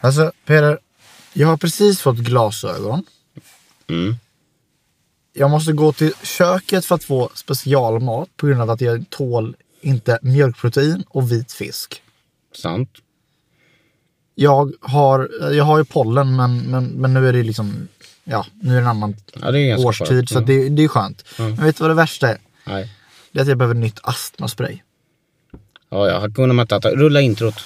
Alltså Peder, jag har precis fått glasögon. Mm. Jag måste gå till köket för att få specialmat på grund av att jag tål inte mjölkprotein och vit fisk. Sant. Jag har, jag har ju pollen men, men, men nu är det liksom, ja, nu är det en annan Ja, det är ganska årstid skönt. så Ja. det, det är skönt. Men vet du vad det värsta är? Nej. Det är att jag behöver nytt astmaspray. Ja, ja. Hakuna Matata. Rulla introt.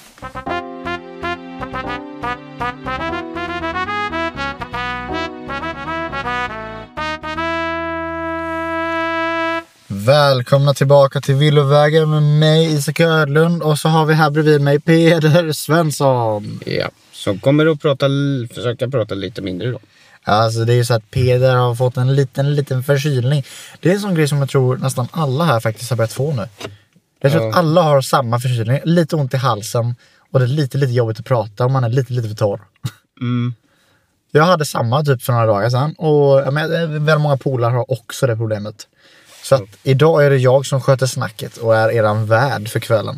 Välkomna tillbaka till Villovägar med mig Isak Ödlund och så har vi här bredvid mig Peder Svensson. Ja. Så kommer du att prata, l- försöka prata lite mindre då. Alltså det är ju så att Peder har fått en liten, liten förkylning. Det är en sån grej som jag tror nästan alla här faktiskt har börjat få nu. Jag tror Ja. att alla har samma förkylning, lite ont i halsen och det är lite, lite jobbigt att prata och man är lite, lite för torr. Mm. Jag hade samma typ för några dagar sedan och ja, men, eh, väldigt många polare har också det problemet. Så att idag är det jag som sköter snacket och är eran värd för kvällen.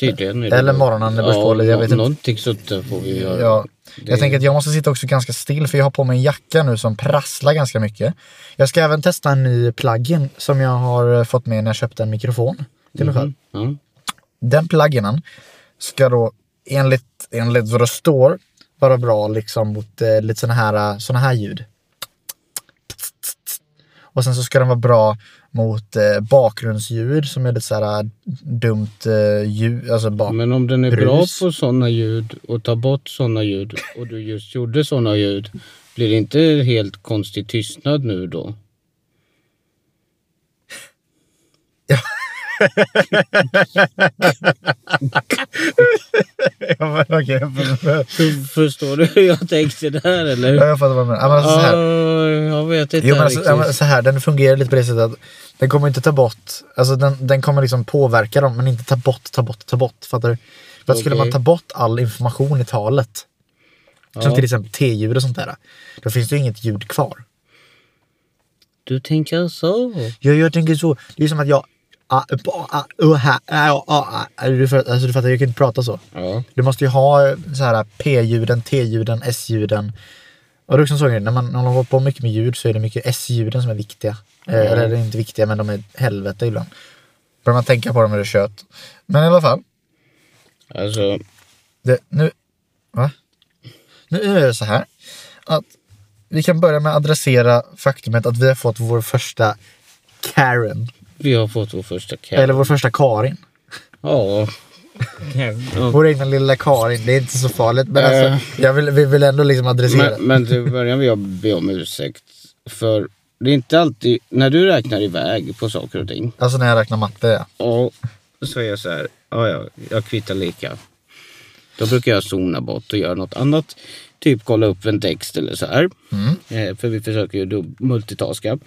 Tydligen. är Eller morgonen, det beror på, eller jag vet nå- inte. Någonting sånt där får vi göra. Ja. Det- Jag tänker att jag måste sitta också ganska still för jag har på mig en jacka nu som prasslar ganska mycket. Jag ska även testa en ny plugin som jag har eh, fått med när jag köpte en mikrofon till mig själv. Mm-hmm. Ja. Den pluginen ska då enligt, enligt vad det står vara bra liksom mot eh, lite såna här, eh, såna här ljud. Och sen så ska den vara bra mot eh, bakgrundsljud som är lite så här eh, dumt eh, ljud, alltså bak. Men om den är Brus. bra på sådana ljud och tar bort sådana ljud och du just gjorde sådana ljud. Blir det inte helt konstig tystnad nu då? Ja, men okej, jag fattar Förstår du hur jag tänkte där eller? jag fattar vad du menar. Ja, men alltså, så här. Ja, jag vet inte Jo, men alltså, riktigt. ja, men så här, den fungerar lite på det sättet att den kommer inte ta bort, alltså den, den kommer liksom påverka dem men inte ta bort, ta bort, ta bort. Fattar du? För att skulle Okej. man ta bort all information i talet, som Ja. till exempel T-ljud och sånt där, då finns det ju inget ljud kvar. Du tänker så? Jag, jag tänker så, det är ju som att jag... ah, ba, ah, uh, här, ah, ah, ah, ah. Du fatt- Alltså du fattar, jag kan inte prata så. Ja. Du måste ju ha eh, så här P-ljuden, T-ljuden, S-ljuden. Och det är också en sån grej, när man, när man håller på mycket med ljud så är det mycket S-ljuden som är viktiga. Eh, Eller det är inte viktiga, men de är helvete ibland. Börjar man tänka på dem är det kött. Men i alla fall, Alltså, det, nu... Va? Nu är det så här att vi kan börja med att adressera faktumet att vi har fått vår första Karen. vi har fått vår första katt. Eller vår första Karin. Ja. Ja. Vår egna lilla Karin, det är inte så farligt. Men alltså, jag vill, vi vill ändå liksom adressera. Men, men till början vill jag be om ursäkt. För det är inte alltid, när du räknar iväg på saker och ting. Alltså när jag räknar matte, ja. Och så är jag så här, ja, ja, jag kvittar lika. Då brukar jag zona bort och göra något annat. Typ kolla upp en text eller så här. Eh, för vi försöker ju dub- multitaska.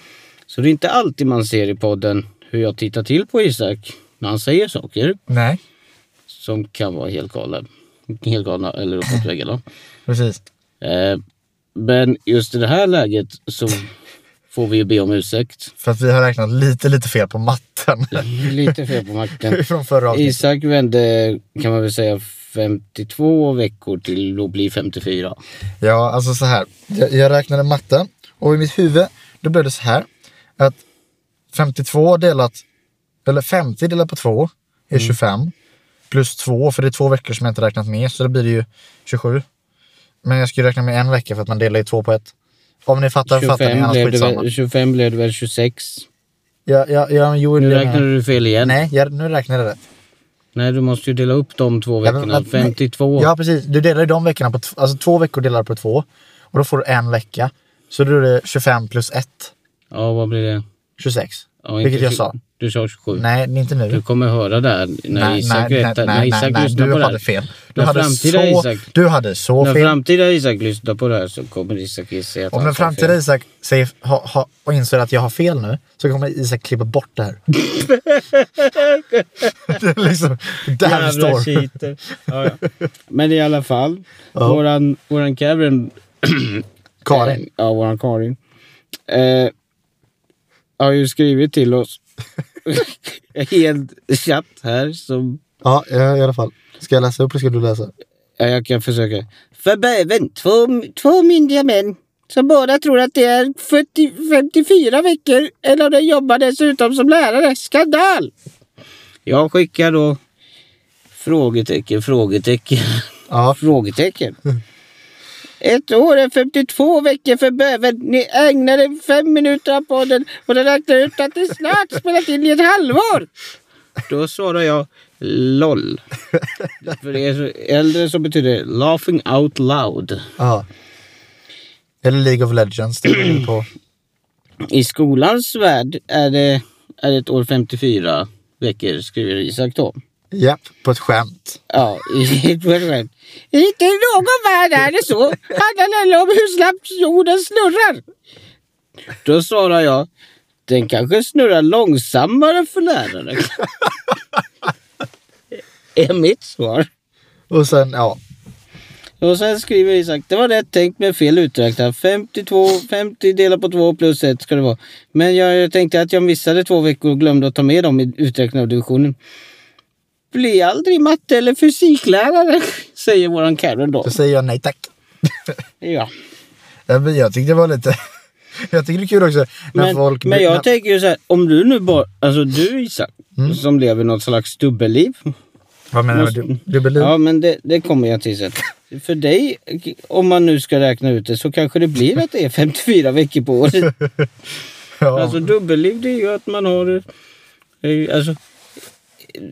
Så det är inte alltid man ser i podden hur jag tittar till på Isak när han säger saker Nej, som kan vara helt galna, helt galna eller uppåt väggarna. precis. Eh, men just i det här läget så får vi ju be om ursäkt. För att vi har räknat lite, lite fel på matten. Lite fel på makten. Från förra avsnittet. Isak vände, kan man väl säga, 52 veckor till att bli 54. Ja, alltså så här. Jag, jag räknade matten och i mitt huvud då blev det så här. Att 52 delat, eller 50 delat på 2 Mm. är 25. Plus 2, för det är två veckor som jag inte räknat med, så då blir det ju 27. Men jag ska ju räkna med en vecka för att man delar ju två på ett. Om ni fattar, fattar ni. 25 Annars blev, det skitsamma. väl, 25 blev det väl 26. Ja, ja, ja, jo, Nu det- räknade du fel igen. Nej. Nej, jag, nu räknar jag rätt. du måste ju dela upp de två Ja, men veckorna. vad- nej. 52. Ja, precis. Du delar ju de veckorna på t- alltså två veckor delar på två. Och då får du en vecka. Så då är det 25 plus 1, Ja, vad blir det? 26. Ja, Vilket inte jag tju- sa. Du sa 27. Nej, det är inte Du nu. kommer höra det här när Isak, rättar- när Isak lyssnar Du på det hade här. fel. Du När hade, framtida så, Isak- du hade så När fel. framtida Isak lyssnar på det här så kommer Isak att se att Om han den sa framtida fel. Isak säger, ha, ha, och inser att jag har fel nu så kommer Isak klippa bort det här. det är liksom där vi Jävla står. cheater. Ja, ja. Men i alla fall. Ja. Våran, våran Kevin Karin. Eh, Ja, våran Karin. Eh, har ju skrivit till oss i en chatt här som Ja, i alla fall. Ska jag läsa upp eller ska du läsa? Ja, jag kan försöka. För bäven, två, två myndiga män som båda tror att det är 40, 54 veckor eller de jobbar dessutom som lärare. Skandal! Jag skickar då frågetecken, frågetecken, Ja, frågetecken. Ett år är 52 veckor för bäven. Ni ägnade fem minuter på podden och den räknar ut att det snart spelat in i ett halvår. Då svarar jag LOL. För er så- äldre så betyder det laughing out loud. ja. Eller League of Legends, det är vi på. I skolans värld är det, är det ett år 54 veckor, skriver Isak då. Japp, på ett skämt. Ja, i ett skämt. Inte i någon värld är det så. Handlar eller om hur snabbt jorden snurrar. Då svarar jag, den kanske snurrar långsammare för lärare. är mitt svar. Och sen, ja. Och sen skriver Isak, det var rätt tänkt men fel uträknat. 52, 50 delat på 2 plus 1 ska det vara. Men jag tänkte att jag missade två veckor och glömde att ta med dem i uträkningen av divisionen. Bli aldrig matte eller fysiklärare, säger våran Karen då. Då säger jag nej tack. Ja. Ja, men Jag tyckte det var lite... Jag tycker det är kul också när Men, folk... men jag när- Mm. tänker ju så här, om du nu bara, alltså du Isak, som lever något slags dubbelliv. Vad menar du? Dubbelliv? Ja, men det, det kommer jag till sen. För dig, om man nu ska räkna ut det, så kanske det blir att det är 54 veckor på året. Ja. Alltså dubbelliv det är ju att man har... eh, Alltså,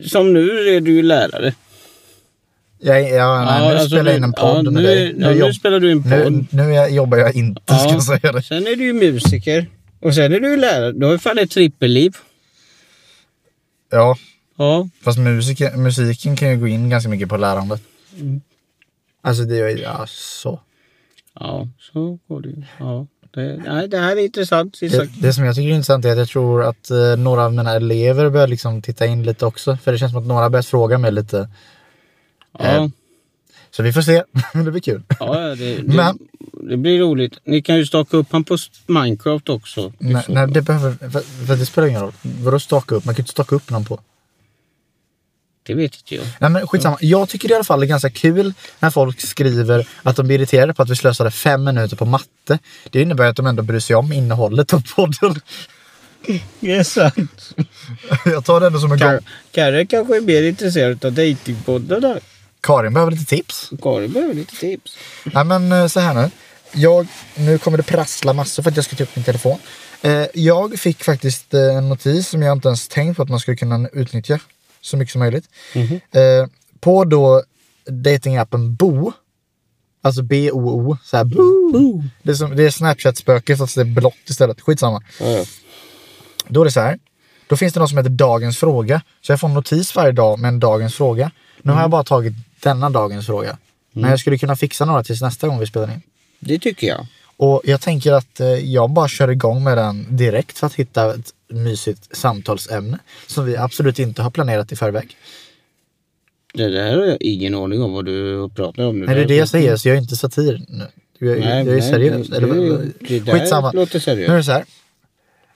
som nu är du ju lärare. Ja, ja, nej, nu alltså, spelar jag in en podd ja, med nu, dig. Ja, nu jobb- spelar du en podd. nu, nu är- jobbar jag inte, ska Ja. jag säga det. Sen är du ju musiker. Och sen är du ju lärare. Du har ju fan ett trippelliv. Ja, Ja. fast musiken, musiken kan ju gå in ganska mycket på lärandet. Mm. Alltså det gör ju... Alltså. Ja, så går det ju. Ja. Det, nej, det här är intressant Det, Isak. det som jag tycker är intressant är att jag tror att eh, några av mina elever börjar liksom titta in lite också. För det känns som att några har börjat fråga mig lite. Ja, Så vi får se. det blir kul. ja det, det, Men- det blir roligt. Ni kan ju staka upp han på Minecraft också. Nej, nej, det behöver... För, för det spelar ingen roll. Vadå staka upp? Man kan ju inte staka upp någon på. Det vet inte jag. Nej men skitsamma. Jag tycker i alla fall det är ganska kul när folk skriver att de blir irriterade på att vi slösade fem minuter på matte. Det innebär att de ändå bryr sig om innehållet av podden. Det är sant. Jag tar det ändå som en gång. Kar- Karre kanske är mer intresserad av dejtingpoddar. Karin behöver lite tips. Karin behöver lite tips. Nej men eh, så här nu. Jag, nu kommer det prassla massor för att jag ska ta upp min telefon. Eh, Jag fick faktiskt eh, en notis som jag inte ens tänkt på att man skulle kunna utnyttja så mycket som möjligt. Eh, På då datingappen Bo, alltså B-O-O, så här Boo. Det är, som, det är Snapchat-spöke fast det är blått istället. Skitsamma. Ja, Då är det så här. Då finns det något som heter Dagens fråga. Så jag får en notis varje dag med en Dagens fråga. Nu har jag bara tagit denna Dagens fråga. Men jag skulle kunna fixa några tills nästa gång vi spelar in. det tycker jag. Och jag tänker att eh, jag bara kör igång med den direkt för att hitta ett mysigt samtalsämne som vi absolut inte har planerat i förväg. Det där har jag ingen aning om vad du pratar om nu. Nej, det är det jag säger, så jag är inte satir nu. Jag, Nej, jag är nej, seriös. det- Eller, det- det där skitsamma. låter seriöst. Nu är det så här.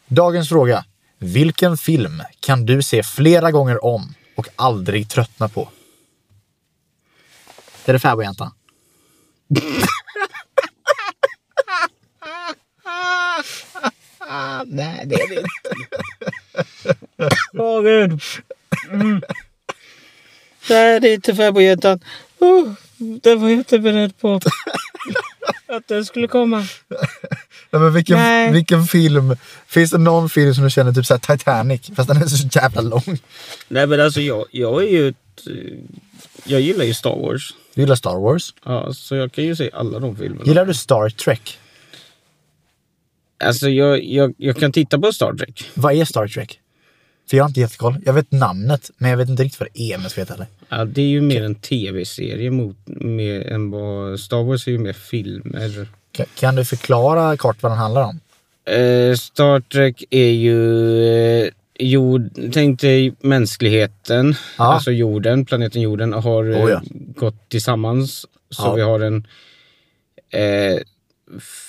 Dagens fråga. Vilken film kan du se flera gånger om och aldrig tröttna på? Är det Fäbodjäntan? Ah, nej, det är det inte. Åh, gud. Mm. Nej, det är inte fäbodjäntan. Oh, det var jag inte beredd på. Att den skulle komma. Alltså, Nej, men vilken, Nej. vilken film? Finns det någon film som du känner typ så här Titanic? Fast den är så jävla lång. Nej, men alltså jag, jag är ju ett, eh, Jag gillar ju Star Wars. Du gillar Star Wars? Ja, så jag kan ju se alla de filmerna. Gillar du Star Trek? Alltså jag, jag, jag kan titta på Star Trek. Vad är Star Trek? För jag har inte jättekoll. Jag vet namnet, men jag vet inte riktigt vad det är om jag ska veta heller. Ja, det är ju mer en tv-serie mot, mer än vad... Star Wars är ju mer filmer. Ka- Kan du förklara kort vad den handlar om? Eh, Star Trek är ju... Eh, jord, tänk dig mänskligheten, Ja. alltså jorden, planeten jorden, har eh, Oh ja. gått tillsammans. Så Ja. vi har en eh,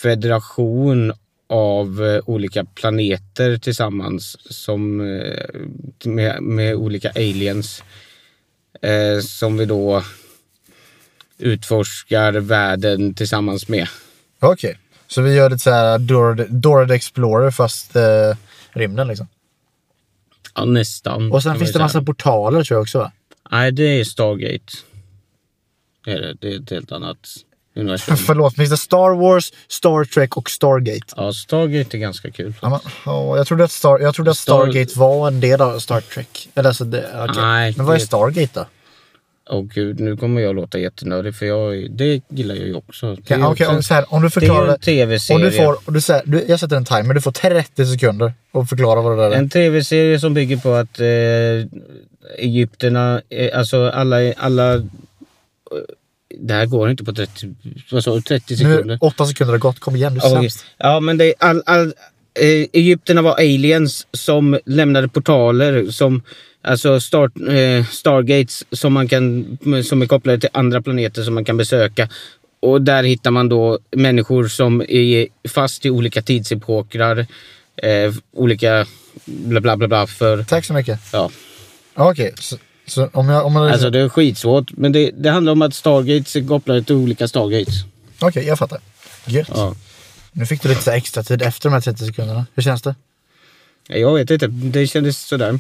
federation av eh, olika planeter tillsammans som, eh, med, med olika aliens. Eh, som vi då utforskar världen tillsammans med. Okej, så vi gör lite så här Dora, Dora the Explorer fast eh, rymden liksom. Ja, nästan. Och sen kan finns det man ju säga. massa portaler tror jag också va? Nej, det är Stargate. Det är, det. det är ett helt annat universum. Förlåt, finns det Star Wars, Star Trek och Stargate? Ja, Stargate är ganska kul. Ja, men, åh, jag trodde att, Star, jag trodde att Star- Stargate var en del av Star Trek. Eller alltså det, okej. Nej, men vad är det- Stargate då? Åh gud, nu kommer jag låta jättenördig för jag, det gillar jag ju också. Det är Kan, ju okej, också- om, så här, om du det är förklarar ju en det. Om tv-serie. du får, om du, så här, du, jag sätter en timer, du får 30 sekunder att förklara vad det där är. En tv-serie som bygger på att eh, Egypterna, eh, alltså alla, alla... eh, Det här går inte på 30, vad sa du, 30 Nu, sekunder. 8 sekunder har gått, kom igen du är Ja, okej. sämst. Ja, men det är all, all, eh, Egypterna var aliens som lämnade portaler som Alltså star, eh, Stargates som, man kan, som är kopplade till andra planeter som man kan besöka. Och där hittar man då människor som är fast i olika tidsepokrar. Eh, olika bla bla bla bla för... Tack så mycket. Ja. Ja, Okej, så, så om jag... Om jag Alltså det är skitsvårt. Men det, det handlar om att Stargates är kopplade till olika Stargates. Okej, jag fattar. Gött. Ja. Nu fick du lite så här extra tid efter de här 30 sekunderna. Hur känns det? Ja, Jag vet inte, det kändes sådär.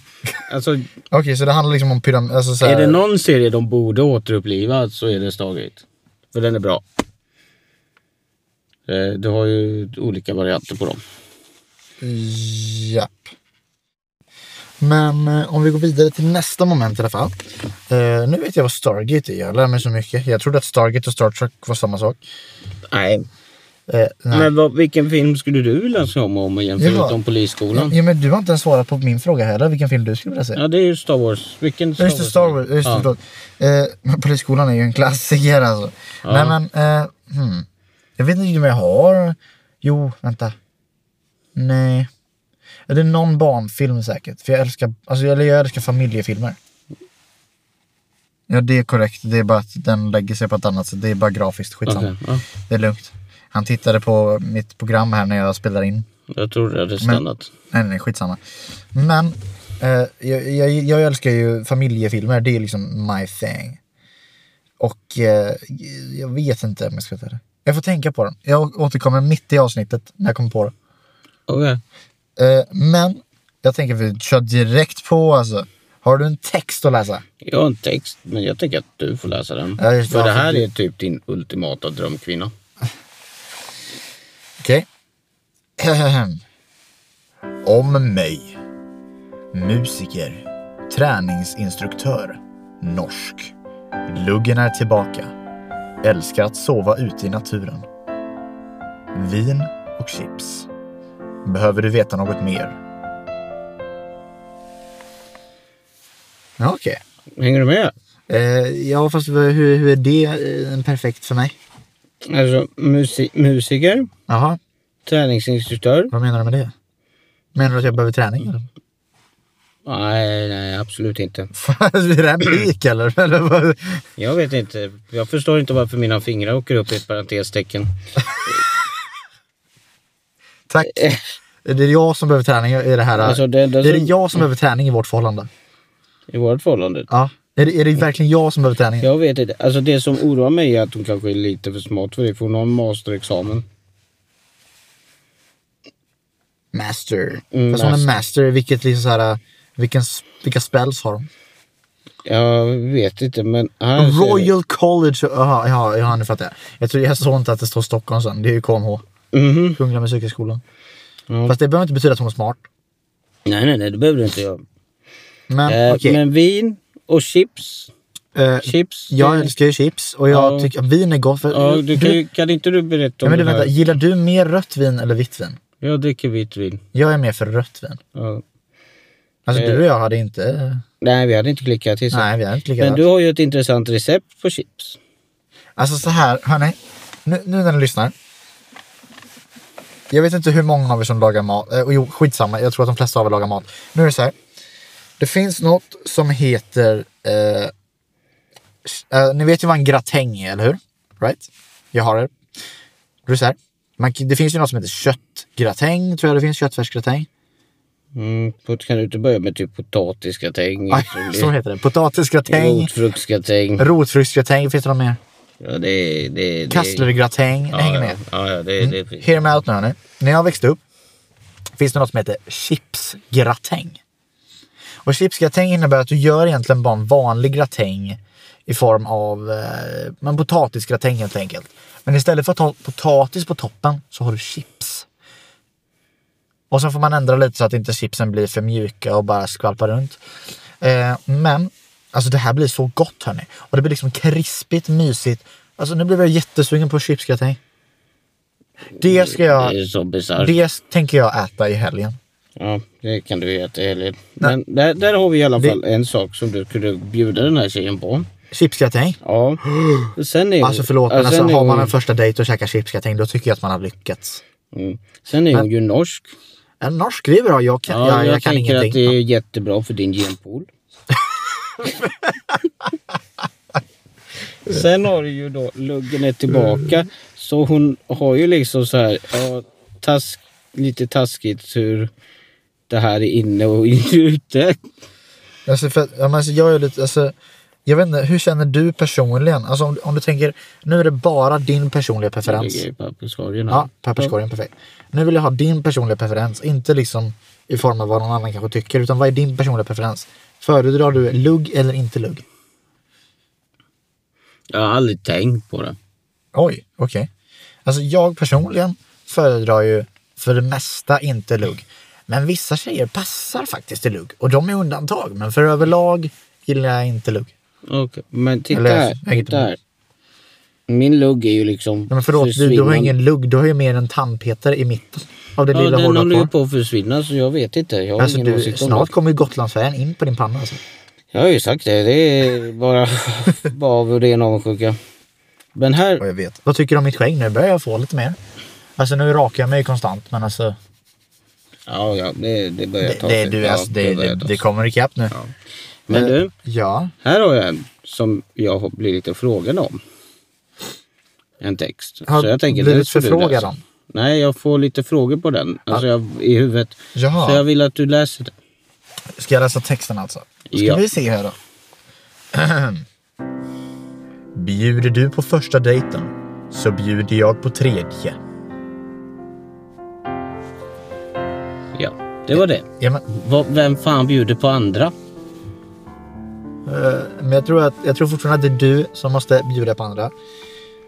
Alltså Okej, så det handlar liksom om pyramid... Alltså så här, Är det någon serie de borde återuppliva så är det Stargate. För den är bra. Eh, Du har ju olika varianter på dem. Japp. Men eh, om vi går vidare till nästa moment i alla fall. Eh, nu vet jag vad Stargate är. Jag lär mig så mycket. Jag trodde att Stargate och Star Trek var samma sak. Nej, Eh, nej. men vad, vilken film skulle du läsa om om och jämföra Jaha. utom Polisskolan? Ja, men du har inte ens svarat på min fråga heller, vilken film du skulle vilja se. Mm. Ja, det är ju Star Wars. Vilken Star just det, Star Wars. Just det, förlåt. eh, men Polisskolan är ju en klassiker alltså. Nej men, eh, hmm. jag vet inte riktigt om jag har. Jo, vänta. Nej. Är det någon barnfilm säkert? För jag älskar, alltså, jag, eller jag älskar familjefilmer. Ja, det är korrekt. Det är bara att den lägger sig på ett annat sätt. Det är bara grafiskt. Ja. Skitsamma. Okej, ja. Det är lugnt. Han tittade på mitt program här när jag spelade in. Jag tror det hade stannat. Nej, nej, nej, skitsamma. Men eh, jag, jag, jag älskar ju familjefilmer. Det är liksom my thing. Och eh, jag vet inte om jag ska ta det. Jag får tänka på den. Jag återkommer mitt i avsnittet när jag kommer på det. Okej. Eh, men jag tänker att vi kör direkt på alltså. Har du en text att läsa? Jag har en text, men jag tänker att du får läsa den. Ja, just det. För det Ja, för här du- är typ din ultimata drömkvinna. Okej. Ahem. Om mig. Musiker. Träningsinstruktör. Norsk. Luggen är tillbaka. Älskar att sova ute i naturen. Vin och chips. Behöver du veta något mer? Ja, Okej. Hänger du med? Eh, ja, fast hur, hur är det eh, perfekt för mig? Alltså, musi- musiker, Jaha, träningsinstruktör, vad menar du med det? Menar du att jag behöver träning? Eller? Nej, nej, absolut inte. Fan, är det här pik eller? eller vad? Jag vet inte. Jag förstår inte varför mina fingrar åker upp i ett parentestecken. Tack. Det är jag som behöver träning i det här. Alltså, det enda är det som- jag som behöver träning i vårt förhållande? I vårt förhållande. Ja. Är det, är det verkligen jag som behöver träning? Jag vet inte. Alltså det som oroar mig är att hon kanske är lite för smart för det. För hon har en masterexamen. Master. Mm, Fast hon är master. master, vilket liksom så här, vilken, vilka spells har hon? Jag vet inte men... Här ser det- Royal College. Jaha, ja, ja, nu fattar jag. Jag, tror, jag såg inte att det står Stockholm sen. Det är ju KMH. Mhm. Kungliga Musikhögskolan. Ja. Fast det behöver inte betyda att hon är smart. Nej, nej, nej. Det behöver du inte göra. Men Eh, okej. Men vin och chips. Eh, Chips. jag det- älskar ju chips och jag Ja. tycker att vin är gott. För, Ja, du kan, du, ju- kan inte du berätta ja, om men du, det här? vänta, gillar du mer rött vin eller vitt vin? Jag dricker vitt vin. Jag är mer för rött vin. Ja. Alltså Eh. du och jag hade inte... Nej, vi hade inte klickat till Nej, vi hade inte Men likadant. du har ju ett intressant recept på chips. Alltså så här, hörni. Nu, nu när ni lyssnar. Jag vet inte hur många av er som lagar mat. Eh, och jo, skitsamma. Jag tror att de flesta av er lagar mat. Nu är det så här. Det finns något som heter... Eh, eh, ni vet ju vad en gratäng är, eller hur? Right? Jag har det. Det är så här. Man, det finns ju något som heter köttgratäng, tror jag det finns. Köttfärsgratäng. Mm, pot- kan du inte börja med typ Alltså, potatisgratäng? Ah, så heter det. Potatisgratäng, Rotfruktsgratäng. rotfruktsgratäng. Finns det något mer? Ja, det, det, det, Kasslergratäng, ja, hänger ja, med. Mm. Ja, ja, det, det, Hear me out nu hörni. När jag växte upp finns det något som heter chipsgratäng. Och chipsgratäng innebär att du gör egentligen bara en vanlig gratäng i form av eh, men potatisgratäng helt enkelt. Men istället för att ha potatis på toppen så har du chips. Och så får man ändra lite så att inte chipsen blir för mjuka och bara skvalpar runt. Eh, men alltså det här blir så gott hörni. Och det blir liksom krispigt, mysigt. Alltså nu blev jag jättesugen på chipsgratäng. Det ska jag... det är så bisarrt. Det tänker jag äta i helgen. Ja, det kan du äta i helgen. Men där, där har vi i alla fall en sak som du kunde bjuda den här tjejen på. Chipsgratäng. Ja. Sen är, Alltså förlåt, men ja, sen alltså, är har man hon- en första dejt och käkar chipsgratäng då tycker jag att man har lyckats. Mm. Sen är hon ju norsk. En norsk det är bra, jag kan, Ja, jag, jag, jag kan tänker ingenting. att det är jättebra för din genpool. Sen har du ju då luggen är Mm. tillbaka. Så hon har ju liksom så här, ja, task, lite taskigt hur det här är inne och inte ute. Alltså, för, att- ja, men alltså, jag är lite, alltså, jag vet inte, hur känner du personligen? Alltså om, om du tänker, nu är det bara din personliga Det preferens. ligger i papperskorgen. här. Ja, papperskorgen, perfekt. Nu vill jag ha din personliga preferens, inte liksom i form av vad någon annan kanske tycker, utan vad är din personliga preferens? Föredrar du lugg eller inte lugg? Jag har aldrig tänkt på det. Oj, okej. Alltså jag personligen föredrar ju för det mesta inte lugg. Men vissa tjejer passar faktiskt till lugg och de är undantag. Men för överlag gillar jag inte lugg. Okej, Men titta Eller- här. jag Titta hittar här. Min lugg är ju liksom Nej, Men förlåt, du, du har ju försvinnande. ingen lugg. Du har ju mer en tandpetare i mitten av det Ja, lilla hår den du har håller ju kvar. på att försvinna så jag vet inte. Jag har Alltså, ingen du, åsikt om snart det. kommer ju Gotlandsfärjan in på din panna. Alltså. Jag har ju sagt det. Det är bara, bara av och ren avundsjuka. Men här, Ja, jag vet. Vad tycker du om mitt skägg? Nu börjar jag få lite mer. Alltså nu rakar jag mig konstant, men alltså. ja, ja det, det börjar Det, ta det, sig. du, ja, alltså, det, börjar det, ta det sig. kommer ikapp nu. Ja. Men du, Ja, här har jag en som jag har blivit lite frågad om. En text. Har så jag tänker, blivit den ska du förfrågad läsa. om? Nej, jag får lite frågor på den. Alltså jag, i huvudet. Jaha. Så jag vill att du läser den. Ska jag läsa texten alltså? Ska Ja. vi se här då. Bjuder du på första dejten så bjuder jag på tredje. Ja, det var det. Ja, men, Vad- Vem fan bjuder på andra? eh, men jag, tror att, jag tror fortfarande att det är du som måste bjuda på andra.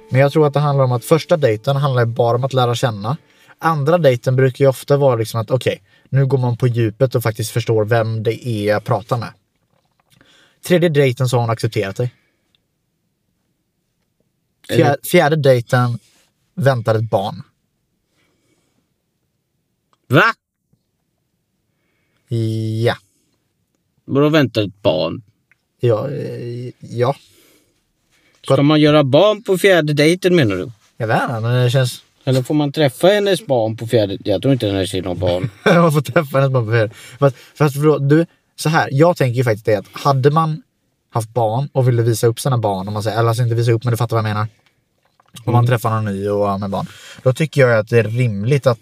Men jag tror att det handlar om att första dejten handlar bara om att lära känna. Andra dejten brukar ju ofta vara liksom att okej, nu går man på djupet och faktiskt förstår vem det är jag pratar med. Tredje dejten så har hon accepterat dig. Fjär, fjärde dejten väntar ett barn. Va? Ja. Vadå väntar ett barn? Ja, eh, ja. Ska man göra barn på fjärde dejten menar du? Jag vet inte, men det känns... Eller får man träffa hennes barn på fjärde... Jag tror inte den här tjejen har barn. man får träffa hennes mamma på fjärde. Fast, fast förlåt, du, så här. Jag tänker ju faktiskt det att hade man haft barn och ville visa upp sina barn, om man säger, eller alltså inte visa upp, men du fattar vad jag menar. Om man träffar någon ny och har med barn. Då tycker jag att det är rimligt att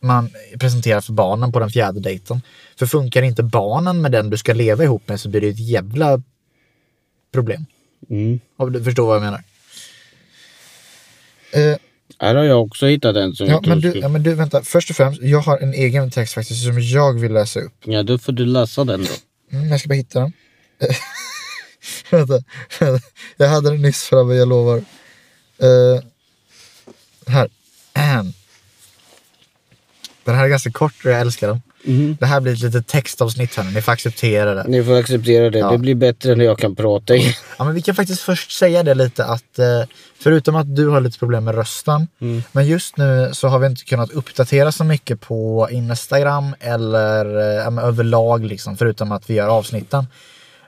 man presenterar för barnen på den fjärde dejten. För funkar inte barnen med den du ska leva ihop med så blir det ett jävla problem. Mm. Om du förstår vad jag menar. Eh, Här har jag också hittat en som Ja Mm, jag tror men, du, skulle- ja, men du, vänta. Först och främst, jag har en egen text faktiskt som jag vill läsa upp. Ja, då får du läsa den då. Mm, jag ska bara hitta den. vänta, vänta. Jag hade den nyss framme, jag lovar. Eh, här. Ahem. Den här är ganska kort och jag älskar den. Det här blir ett litet textavsnitt här nu, ni får acceptera det. Mm. Ni får acceptera det. Det blir bättre när jag kan prata igen. Ja, men vi kan faktiskt först säga det lite att eh, förutom att du har lite problem med rösten. Men just nu så har vi inte kunnat uppdatera så mycket på Instagram eller eh, ja, men överlag liksom förutom att vi gör avsnitten.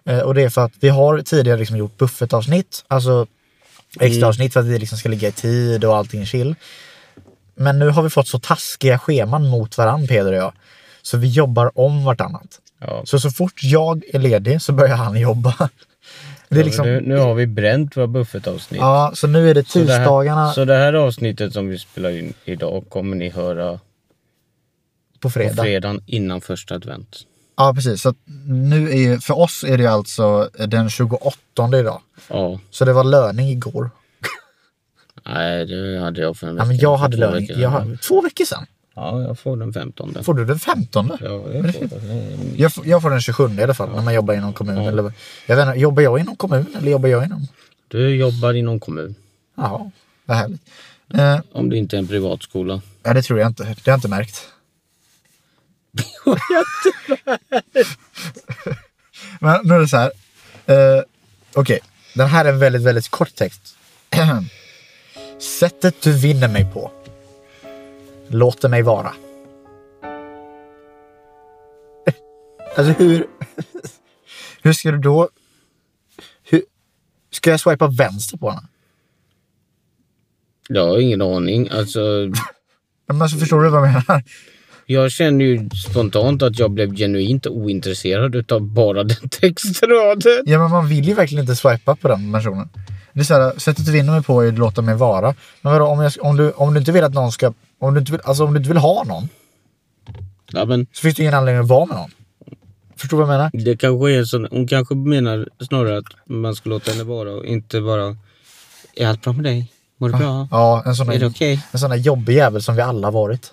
Eh, och det är för att vi har tidigare liksom gjort buffertavsnitt, alltså extra avsnitt för att vi liksom ska ligga i tid och allting chill. Men nu har vi fått så taskiga scheman mot varandra Peder och jag. Så vi jobbar om vartannat. Ja. Så så fort jag är ledig så börjar han jobba. Det är liksom, nu, nu har vi bränt våra buffertavsnitt. ja, så nu är det Så det här- tisdagarna Så det här avsnittet som vi spelar in idag kommer ni höra på på fredag. fredagen innan första advent. Ja, precis. Så att nu är, ju- för oss är det ju alltså den 28 eh, idag. Ja. Så det var löning igår. Nej, det hade jag för en Ja, vecka. men jag hade Två lön veckor jag, sedan. har- två veckor sedan. Ja, jag får den 15. Får du den 15? Ja, jag får den. Jag, f- jag får den 27 i alla fall när man jobbar inom kommun. Eller, jag vet inte, jobbar jag inom kommun eller jobbar jag inom? Du jobbar i någon kommun. Jaha, vad härligt. Eh, Om det inte är en privatskola. ja, det tror jag inte. Det har jag inte märkt. Men nu är det så här. Eh, Okej, den här är en väldigt, väldigt kort text. Sättet du vinner mig på. Låter mig vara. alltså hur... hur ska du då... Hur, ska jag swipa vänster på henne? Jag har ingen aning. Alltså, Ja, Men alltså, förstår du vad jag menar? jag känner ju spontant att jag blev genuint ointresserad utav bara den textraden. Ja, men man vill ju verkligen inte swipa på den personen. Det är så här, sättet du vinner mig på är att låta mig vara. Men vadå, om, jag, om, du, om du inte vill att någon ska... Om du inte vill, alltså om du inte vill ha någon, Ja, men så finns det ingen anledning att vara med någon. Förstår du vad jag menar? det kanske är så. Hon kanske menar snarare att man ska låta henne vara och inte bara... Är allt bra med dig? Mår du bra? Ja, en sån Är det där, okej? en sån där jobbig jävel som vi alla varit.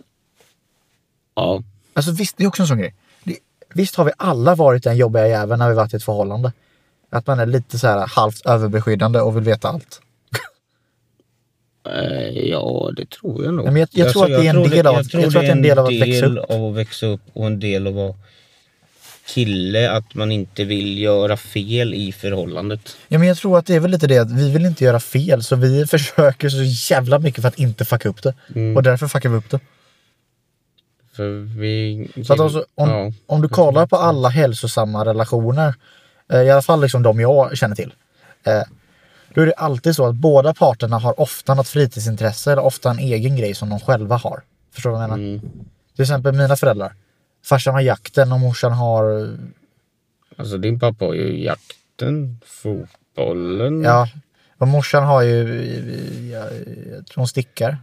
Ja. Alltså visst, det är också en sån grej. Det, visst har vi alla varit den jobbiga jäveln när vi varit i ett förhållande. Att man är lite så här halvt överbeskyddande och vill veta allt. Eh, Ja, det tror jag nog. Nej, men jag- jag tror att det är en del av att- jag tror att det är en del av att växa del av att växa upp och en del av att vara kille, att man inte vill göra fel i förhållandet. Ja, men jag tror att det är väl lite det att vi vill inte göra fel så vi försöker så jävla mycket för att inte fucka upp det. Mm. Och därför fuckar vi upp det. För vi... Så att alltså, om, Mm. ja. om du kollar på alla hälsosamma relationer, eh, i alla fall liksom de jag känner till, eh, då är det alltid så att båda parterna har ofta något fritidsintresse eller ofta en egen grej som de själva har. Förstår du vad jag menar? Mm. Till exempel mina föräldrar. Farsan har jakten och morsan har... eh, alltså din pappa har ju jakten, fotbollen. Ja, och morsan har ju... eh, Jag, jag tror hon stickar.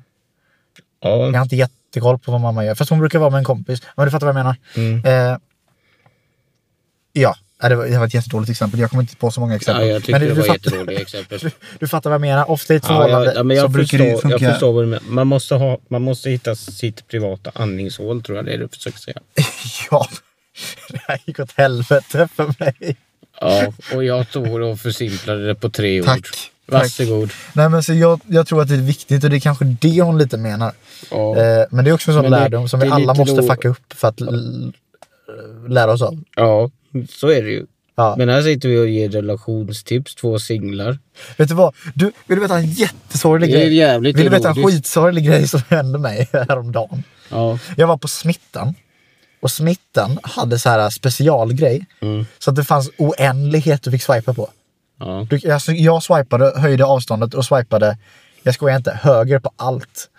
Ja. Jag har inte jättekoll på vad mamma gör. Fast hon brukar vara med en kompis. Men du fattar vad jag menar. Mm. Eh, ja, Nej, det var, det var ett jättedåligt exempel. Jag kommer inte på så många Ja, exempel. jag tyckte du, det du, var fatt- jätteroliga exempel. du fattar vad jag menar. Ofta i ett Ja, förhållande jag, ja, men så jag, brukar förstår, det ju funka. jag förstår vad du menar. Man måste, ha, man måste hitta sitt privata andningshål, tror jag det är du försöker säga. ja, det här gick åt helvete för mig. Ja, och jag tog och försimplade det på tre ord. Tack. Varsågod. Nej, men så jag, jag tror att det är viktigt och det är kanske det hon lite menar. Ja. Eh, men det är också en sån Men det- lärdom som det vi är alla lite måste då- fucka upp för att l- eh, lära oss av. ja, så är det ju. Ja. Men här sitter vi och ger relationstips, två singlar. Vet du vad? Du, vill du veta en jättesorglig Det är grej? jävligt vill du veta en ironiskt. skitsorglig grej som hände mig häromdagen? Ja. Jag var på smitten. Och smitten hade så här specialgrej. Mm. Så att det fanns oändlighet du fick swipa på. ja. Du, alltså, jag swipade, höjde avståndet och swipade, jag skojar inte, höger på allt.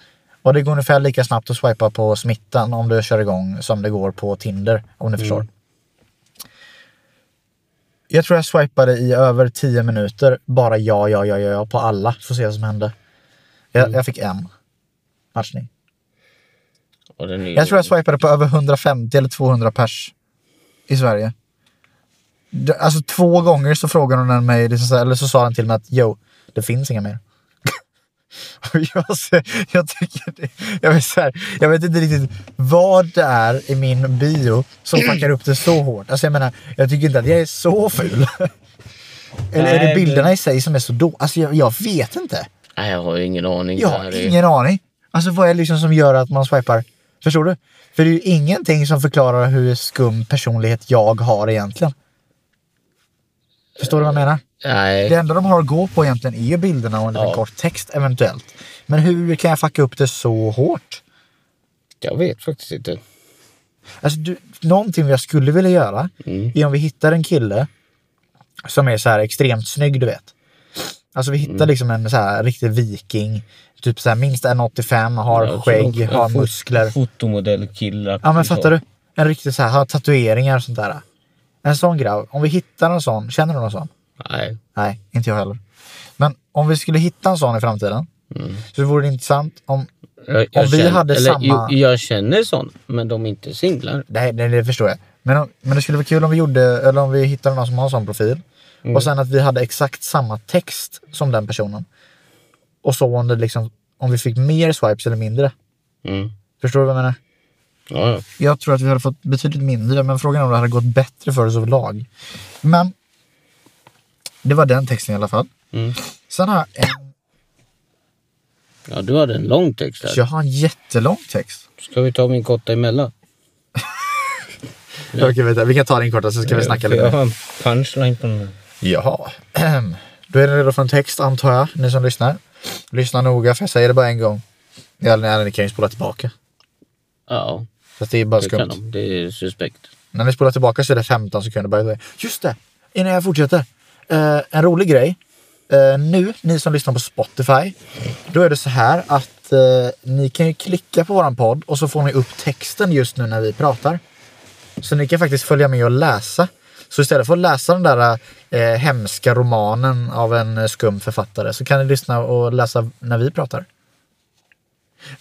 Och det går ungefär lika snabbt att swipa på smitten om du kör igång som det går på Tinder. Om ni förstår. Jag tror jag swipade i över 10 minuter bara ja, ja, ja, ja, ja på alla. Får se vad som hände. Jag, jag fick en matchning. Och den är Jag tror jag swipade på över 150 eller 200 pers i Sverige. Det- Alltså två gånger så frågade hon mig, liksom så här- eller så sa han till mig att jo, det finns inga mer. Och jag, så- jag, tycker det, jag, vet så här, jag vet inte riktigt vad det är i min bio som packar upp det så hårt. Alltså jag menar, jag tycker inte att jag är så ful. Eller är Nej, det det- bilderna i sig som är så dåliga? Alltså jag, jag vet inte. Nej, jag har ju ingen aning. Jag Det har här är- ingen aning. Alltså vad är det liksom som gör att man swipar? Förstår du? För det är ju ingenting som förklarar hur skum personlighet jag har egentligen. Förstår du vad jag menar? Nej. Det enda de har att gå på egentligen är ju bilderna och en liten Ja. kort text eventuellt. Men hur kan jag fucka upp det så hårt? Jag vet faktiskt inte. Alltså, du, någonting jag skulle vilja göra Mm. är om vi hittar en kille som är så här extremt snygg, du vet. Alltså vi hittar Mm. liksom en så här riktig viking, typ så här minst 1,85, har Jag tror skägg, nog- har fot- muskler. Fotomodellkillar. typ Ja men fattar du? En riktig så här, har tatueringar och sånt där. En sån grabb, om vi hittar en sån, känner du någon sån? Nej. Nej, inte jag heller. Men om vi skulle hitta en sån i framtiden Mm. så vore det intressant om... Jag, Om vi hade samma- Jo, jag känner sån, men de är inte singlar. Nej, nej, det förstår jag. Men, om, men det skulle vara kul om vi gjorde, eller om vi hittade någon Mm. som har en sån profil. Och sen att vi hade exakt samma text som den personen. Och så om, det liksom, om vi fick mer swipes eller mindre. Mm. Förstår du vad jag menar? Ja, ja. Jag tror att vi hade fått betydligt mindre, men frågan är om det hade gått bättre för oss överlag. Men det var den texten i alla fall. Mm. Sen har jag en, ja, du hade en lång text här. jag har en jättelång text. Ska vi ta min korta emellan? Okej, vänta, vi kan ta din korta så ska vi snacka För Jag lite. har en punchline på den här. Jaha. Då är ni redo för en text antar jag, ni som lyssnar. Lyssna noga för jag säger det bara en gång. Eller nej, ni kan ju spola tillbaka. Ja, Så att det är bara det kan skumt. de. Det är suspekt. När ni spolar tillbaka så är det 15 sekunder. By the way. Just det! Innan jag fortsätter. Eh, en rolig grej. Eh, nu, ni som lyssnar på Spotify. Då är det så här att eh, ni kan ju klicka på våran podd och så får ni upp texten just nu när vi pratar. Så ni kan faktiskt följa med och läsa. Så istället för att läsa den där eh, hemska romanen av en eh, skum författare så kan ni lyssna och läsa när vi pratar.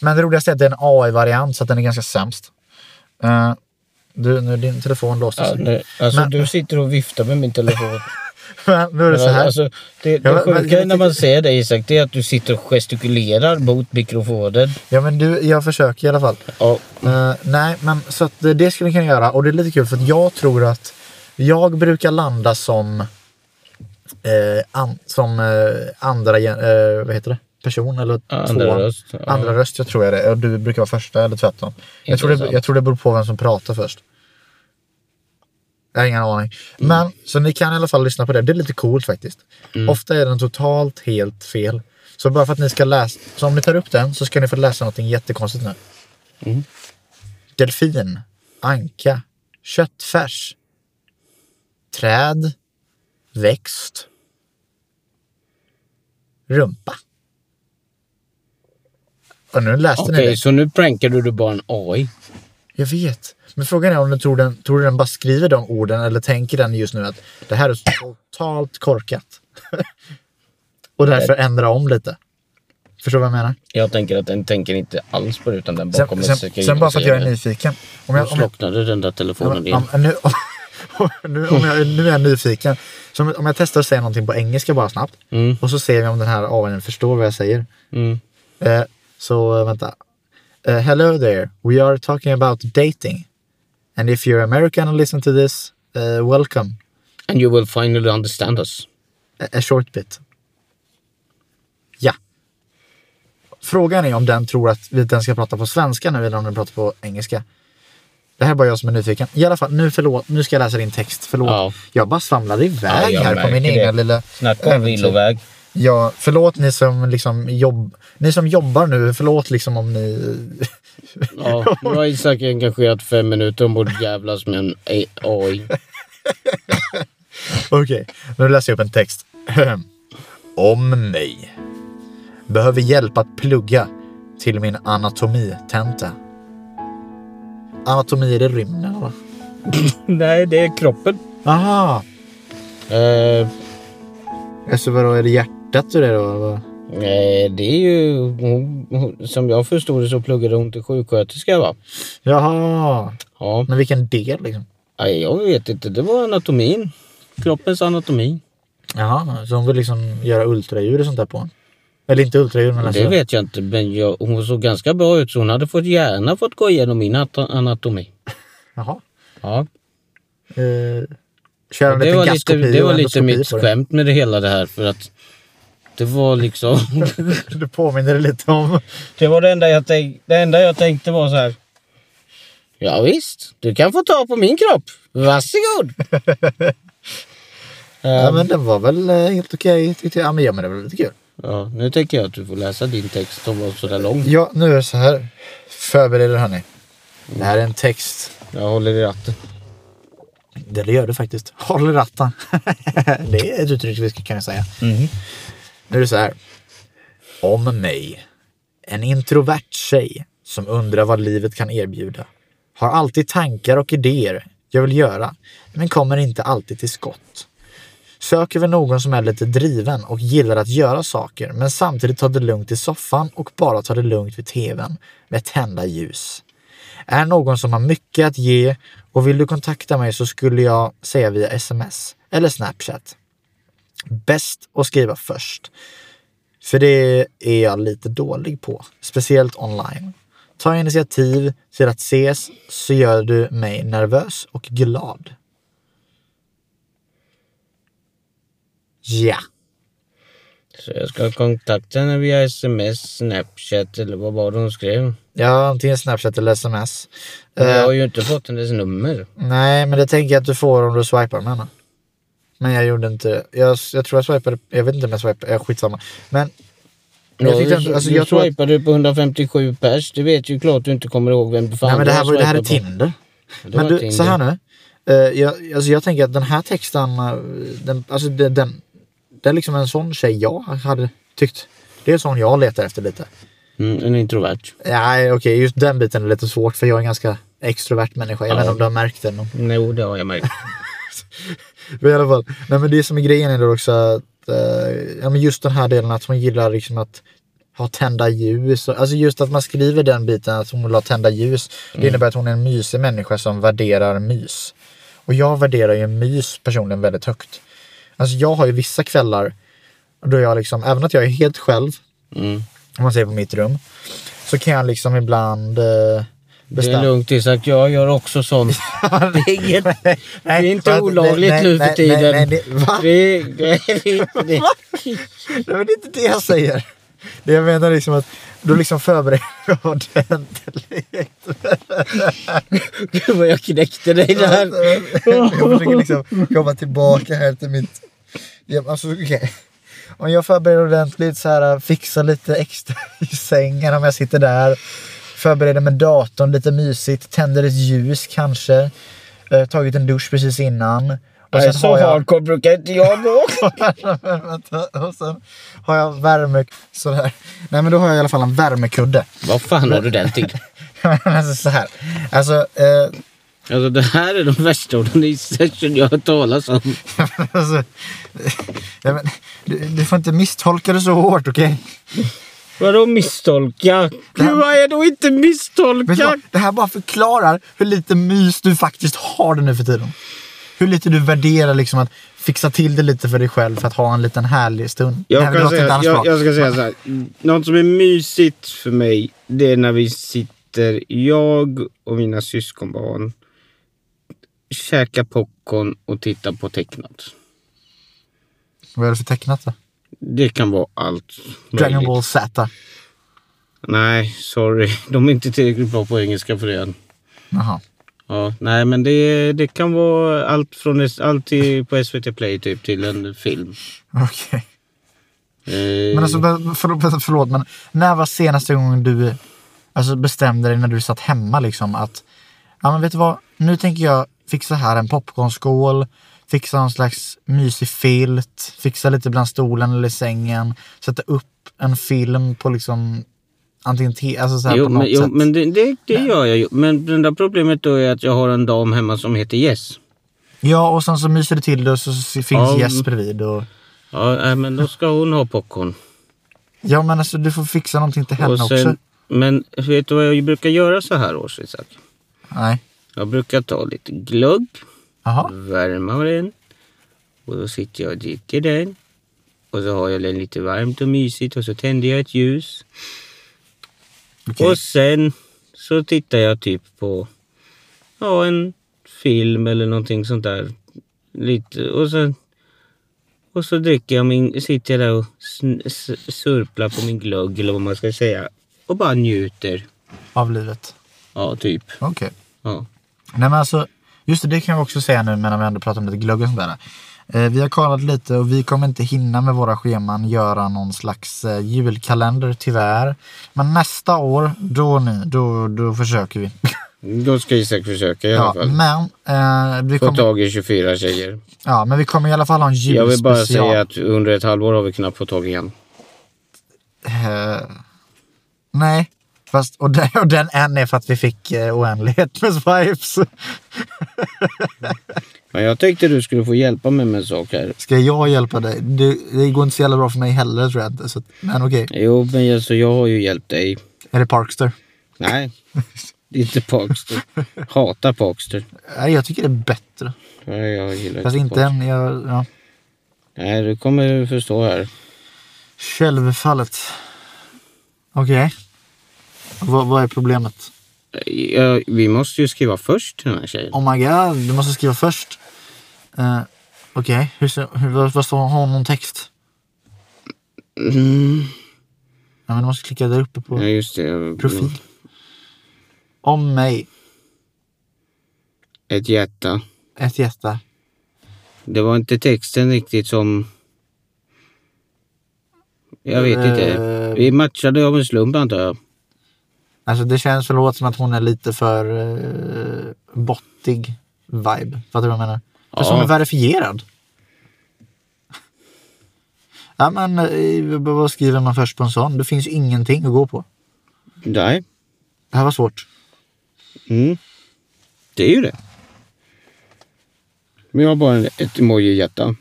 Men det roligaste är att det är en AI-variant så att den är ganska sämst. Eh, du, nu din telefon låste Ja, sig. nej, alltså, Men- du sitter och viftar med min telefon. Men nu är det så här. Alltså, det Ja, det men- sjuka men- när man säger det Isak, det är att du sitter och gestikulerar mot mikrofonen. Ja men du, jag försöker i alla fall. Ja, Eh, nej men så att eh, det skulle vi kunna göra och det är lite kul för att jag tror att jag brukar landa som, eh, an, som eh, andra, gen- eh, vad heter det, person eller Andra tvåan. röst, ja. Andra röst, jag tror jag det är. Och du brukar vara första eller tvärtom. Jag tror, det, Intressant. jag tror det beror på vem som pratar först. Jag har ingen aning. Men så ni kan i alla fall lyssna på det. Det är lite coolt faktiskt. Ofta är den totalt helt fel. Så bara för att ni ska läsa. Så om ni tar upp den så ska ni få läsa någonting jättekonstigt nu. Delfin. Anka. Köttfärs. Träd. Växt. Rumpa. Och nu läste Okej, ni det. så nu prankar du bara en AI. Jag vet. Men frågan är om du tror den, tror du den bara skriver de orden eller tänker den just nu att det här är så totalt korkat. och därför ändra om lite. Förstår du vad jag menar? Jag tänker att den tänker inte alls på det utan den bara kommer Sen, sen, säkert sen bara för att säga jag är det. nyfiken. Om Nu jag, om jag, slocknade den där telefonen om, igen. om, nu, om, nu, om jag, nu är jag nyfiken. Så om, om jag testar att säga någonting på engelska bara snabbt. Mm. Och så ser vi om den här AI förstår vad jag säger. Mm. Eh, så eh, vänta. Eh, hello there. We are talking about dating. And if you're American and listen to this, eh, welcome. And you will finally understand us. A- A Eh, short bit. Ja. Frågan är om den tror att vi- den ska prata på svenska nu eller om den pratar på engelska. Det här är bara jag som är nyfiken. I alla fall, nu förlåt. Nu ska jag läsa din text. Förlåt. Ja. Jag bara svamlade Ja, iväg jag här på min märker egna det. lilla... Snacka om äventyr. villoväg. Ja, förlåt ni som liksom jobb... Ni som jobbar nu, förlåt liksom om ni... Ja, nu har Isak engagerat fem minuter och borde jävlas med en AI. Okej, nu läser jag upp en text. Om mig. Behöver hjälp att plugga till min anatomitenta. Anatomi, är det rymden eller? Nej, det är kroppen. Aha! Eh, Så Alltså, vadå, är det hjärtat du det då? eller vad? nej, det är ju... Hon, hon, som jag förstod det så pluggade hon till sjuksköterska va? Jaha! Ja. Men vilken del liksom? Nej, jag vet inte. Det var anatomin. Kroppens anatomi. Jaha, så hon vill liksom göra ultraljud och sånt där på en? Eller inte ultraljud men alltså... Det vet jag inte, men jag, hon såg ganska bra ut så hon hade fått gärna fått gå igenom min at- anatomi. Jaha. Ja. Eh, köra en Det liten var lite, gaskopi det och var lite endoskopi mitt på det. skämt med det hela det här för att det var liksom... Du påminner det lite om... det var det enda jag tänkte, det enda jag tänkte var så här. Ja visst, du kan få ta på min kropp. Varsågod! Ja, Ehm, men den var väl eh, helt okej tyckte jag. Ja, men, ja, men det var lite kul. ja, nu tänker jag att du får läsa din text som var sådär lång. Ja, nu är det så här. Förbered er hörni. Det här är en text. Jag håller i ratten. Det gör du faktiskt. Håll i ratten. det är ett uttryck vi kan jag säga. Mm. Nu är det så här. Om mig. En introvert tjej som undrar vad livet kan erbjuda. Har alltid tankar och idéer jag vill göra, men kommer inte alltid till skott. Söker vi någon som är lite driven och gillar att göra saker, men samtidigt tar det lugnt i soffan och bara tar det lugnt vid tvn med tända ljus. Är någon som har mycket att ge och vill du kontakta mig så skulle jag säga via sms eller snapchat. Bäst att skriva först. För det är jag lite dålig på, speciellt online. Ta initiativ till att ses så gör du mig nervös och glad. Ja, Så jag ska kontakta henne via sms, snapchat eller vad var det hon skrev? ja antingen Snapchat eller sms. Men Eh, Jag har ju inte fått hennes nummer. Nej, men det tänker jag att du får om du swipar med henne. Men jag gjorde inte, jag, jag tror jag swipade, jag vet inte om jag swipade, jag skitsamma. Men jag Ja, tyckte ändå- du- alltså, du jag tror att- swipade ju på 157 pers. Det vet ju klart du inte kommer ihåg vem du fan nej, men du det här, har var, ju- det här är swipat på. Tinder. Det Men var du, så Tinder. här nu. Eh, jag, alltså jag tänker att den här texten, eh, den, alltså den, den, det är liksom en sån tjej jag hade tyckt. Det är en sån jag letar efter lite. Mm, en introvert. Nej, okej, just den biten är lite svårt för jag är en ganska extrovert människa. Jag vet inte om du har märkt det. någon- Jo, det har jag märkt. Men i alla fall, nej men det som är grejen är då också att eh, ja, men just den här delen att hon gillar liksom att ha tända ljus. Och, alltså just att man skriver den biten att hon vill ha tända ljus. Mm. Det innebär att hon är en mysig människa som värderar mys. Och jag värderar ju mys personligen väldigt högt. Alltså jag har ju vissa kvällar då jag liksom, även att jag är helt själv, Mm. om man säger på mitt rum, så kan jag liksom ibland eh, Det är bestämma. lugnt Isak, jag gör också sånt. Det är inget, nej, det Det är inte olagligt nu för tiden. Nej, nej, det, va? Det, det, det, det. Nej, men det är inte det jag säger. Det jag menar är liksom att då liksom förbereder jag ordentligt. Gud vad jag knäckte dig där. Jag försöker liksom komma tillbaka här till mitt... Ja, Alltså, okej. Om jag förbereder ordentligt, så här, fixar lite extra i sängen om jag sitter där. Förbereder med datorn lite mysigt, tänder ett ljus kanske. Eh, tagit en dusch precis innan. Och Nej, så hardcore brukar inte jag gå. Vänta, och sen har jag värme... Sådär. Nej men då har jag i alla fall en värmekudde. Vad fan har du den till? alltså så här. Alltså, eh, Alltså det här är de värsta ordningssession jag har hört talas om. alltså ja, men, du, du får inte misstolka det så hårt, okej? Vadå misstolka? Gud vad är då inte Vet du misstolka? vad? Det här bara förklarar hur lite mys du faktiskt har det nu för tiden. Hur lite du värderar liksom att fixa till det lite för dig själv för att ha en liten härlig stund. Nej, Jag, men kan det låter inte säga, alls jag, bra. jag ska säga så här. Något som är mysigt för mig, det är när vi sitter, jag och mina syskonbarn, käkar popcorn och tittar på tecknat. Vad är det för tecknat då? Det kan vara allt Dragon möjligt. Ball Z. Nej, sorry. De är inte tillräckligt bra på engelska för det än. Jaha. Ja, nej, men det, det kan vara allt från S- allt till, på SVT Play typ till en film. Okej. Eh, Men alltså, för, för, förlåt, men när var senaste gången du alltså, bestämde dig när du satt hemma liksom att ja men vet du vad, nu tänker jag fixa här en popcornskål, fixa någon slags mysig filt, fixa lite bland stolen eller sängen, sätta upp en film på liksom antingen te, alltså så här jo, på något men, jo, sätt. men det, det, det gör jag ju. Men det där problemet då är att jag har en dam hemma som heter Jess. Ja och sen så myser du till det och så s- finns Ja, gäst mm. bredvid och Ja, nej, men då ska hon ha popcorn. ja men alltså du får fixa någonting till henne Och sen, också. men vet du vad jag brukar göra så här års, Isak? Nej. Jag brukar ta lite glögg, Jaha. Mm. värma den och då sitter jag och dricker den. Och så har jag den lite varmt och mysigt och så tänder jag ett ljus. Okej. Och sen så tittar jag typ på ja, en film eller någonting sånt där. Lite, och, sen, och så dricker jag min, sitter jag där och sn- s- surplar på min glögg eller vad man ska säga. Och bara njuter. Av livet. Ja, typ. Okej. Ja. Nej men alltså, just det, det kan jag också säga nu medan vi ändå pratar om lite glögg och sånt där. Eh, vi har kollat lite och vi kommer inte hinna med våra scheman göra någon slags eh, julkalender tyvärr. Men nästa år, då ni, då, då försöker vi. Då ska Isak försöka i alla Ja, Mm. fall. men, eh, vi Få kommer, tag i 24 tjejer. ja, men vi kommer i alla fall ha en Jag vill bara julspecial. säga att under ett halvår har vi knappt fått tag i en. Eh, nej, fast och den, och den en är för att vi fick eh, oändlighet med swipes. Men jag tänkte du skulle få hjälpa mig med en sak här. Ska jag hjälpa dig? Det, det går inte så jävla bra för mig heller tror jag inte. Så, att- men okej, Jo, men alltså, jag har ju hjälpt dig. är det Parkster? Nej, det är inte Parkster. Hatar Parkster. Nej, jag tycker det är bättre. Nej, jag gillar Fast inte Parkster. än. Jag, ja. Nej, du kommer förstå här. Självfallet. Okej. Vad, vad är problemet? Ja, vi måste ju skriva först till den här tjejen. Oh my god, du måste skriva först. Eh, Okej, hur, ser- hur, vad- vad står Har hon någon text? Mm. Ja, men du måste klicka där uppe på Ja, just det. profil. Om mig, Ett hjärta. ett hjärta. Det var inte texten riktigt som... Jag vet inte. Eh. Vi matchade av en slump antar jag. Alltså det känns väl åt som att hon är lite för uh, bottig vibe. Fattar du vad jag menar? Ja. Fast hon är verifierad. ja men eh, vad skriver man först på en sån? Det finns ju ingenting att gå på. Nej. Det här var svårt. Mm. Det är ju det. Men jag har bara en- ett emoji-hjärta.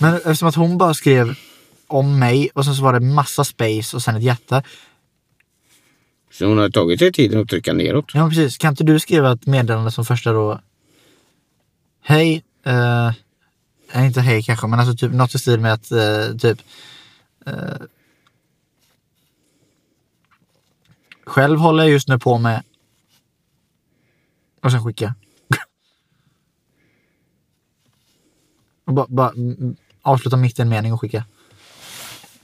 Men eftersom att hon bara skrev om mig och sen så var det massa space och sen ett hjärta. Så hon har tagit sig tiden att trycka neråt. Ja men precis, kan inte du skriva ett meddelande som första då? Hej, eh, nej, inte hej kanske, men alltså typ något i stil med att eh, typ eh, Själv håller jag just nu på med och sen skicka. och bara, bara mm, avsluta mitt i en mening och skicka.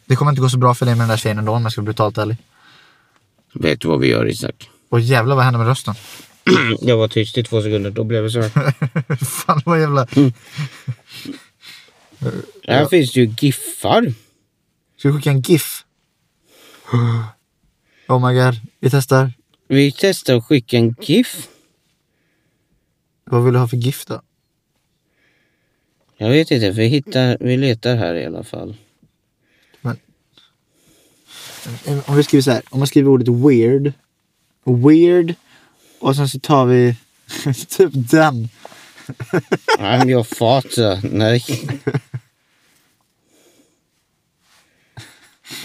Det kommer inte gå så bra för dig med den där tjejen ändå om jag ska vara brutalt ärlig. Vet du vad vi gör Isak? Och jävlar vad hände med rösten? jag var tyst i två sekunder, då blev det så här. Fan vad jävla... här finns det ju giffar. Ska vi skicka en GIF? Oh my god, vi testar. Vi testar att skicka en GIF. Vad vill du ha för GIF då? Jag vet inte, vi, hittar, vi letar här i alla fall. Eh, Om vi skriver så här, om man skriver ordet weird, weird och sen så tar vi typ den. Nej, men jag fattar. Nej.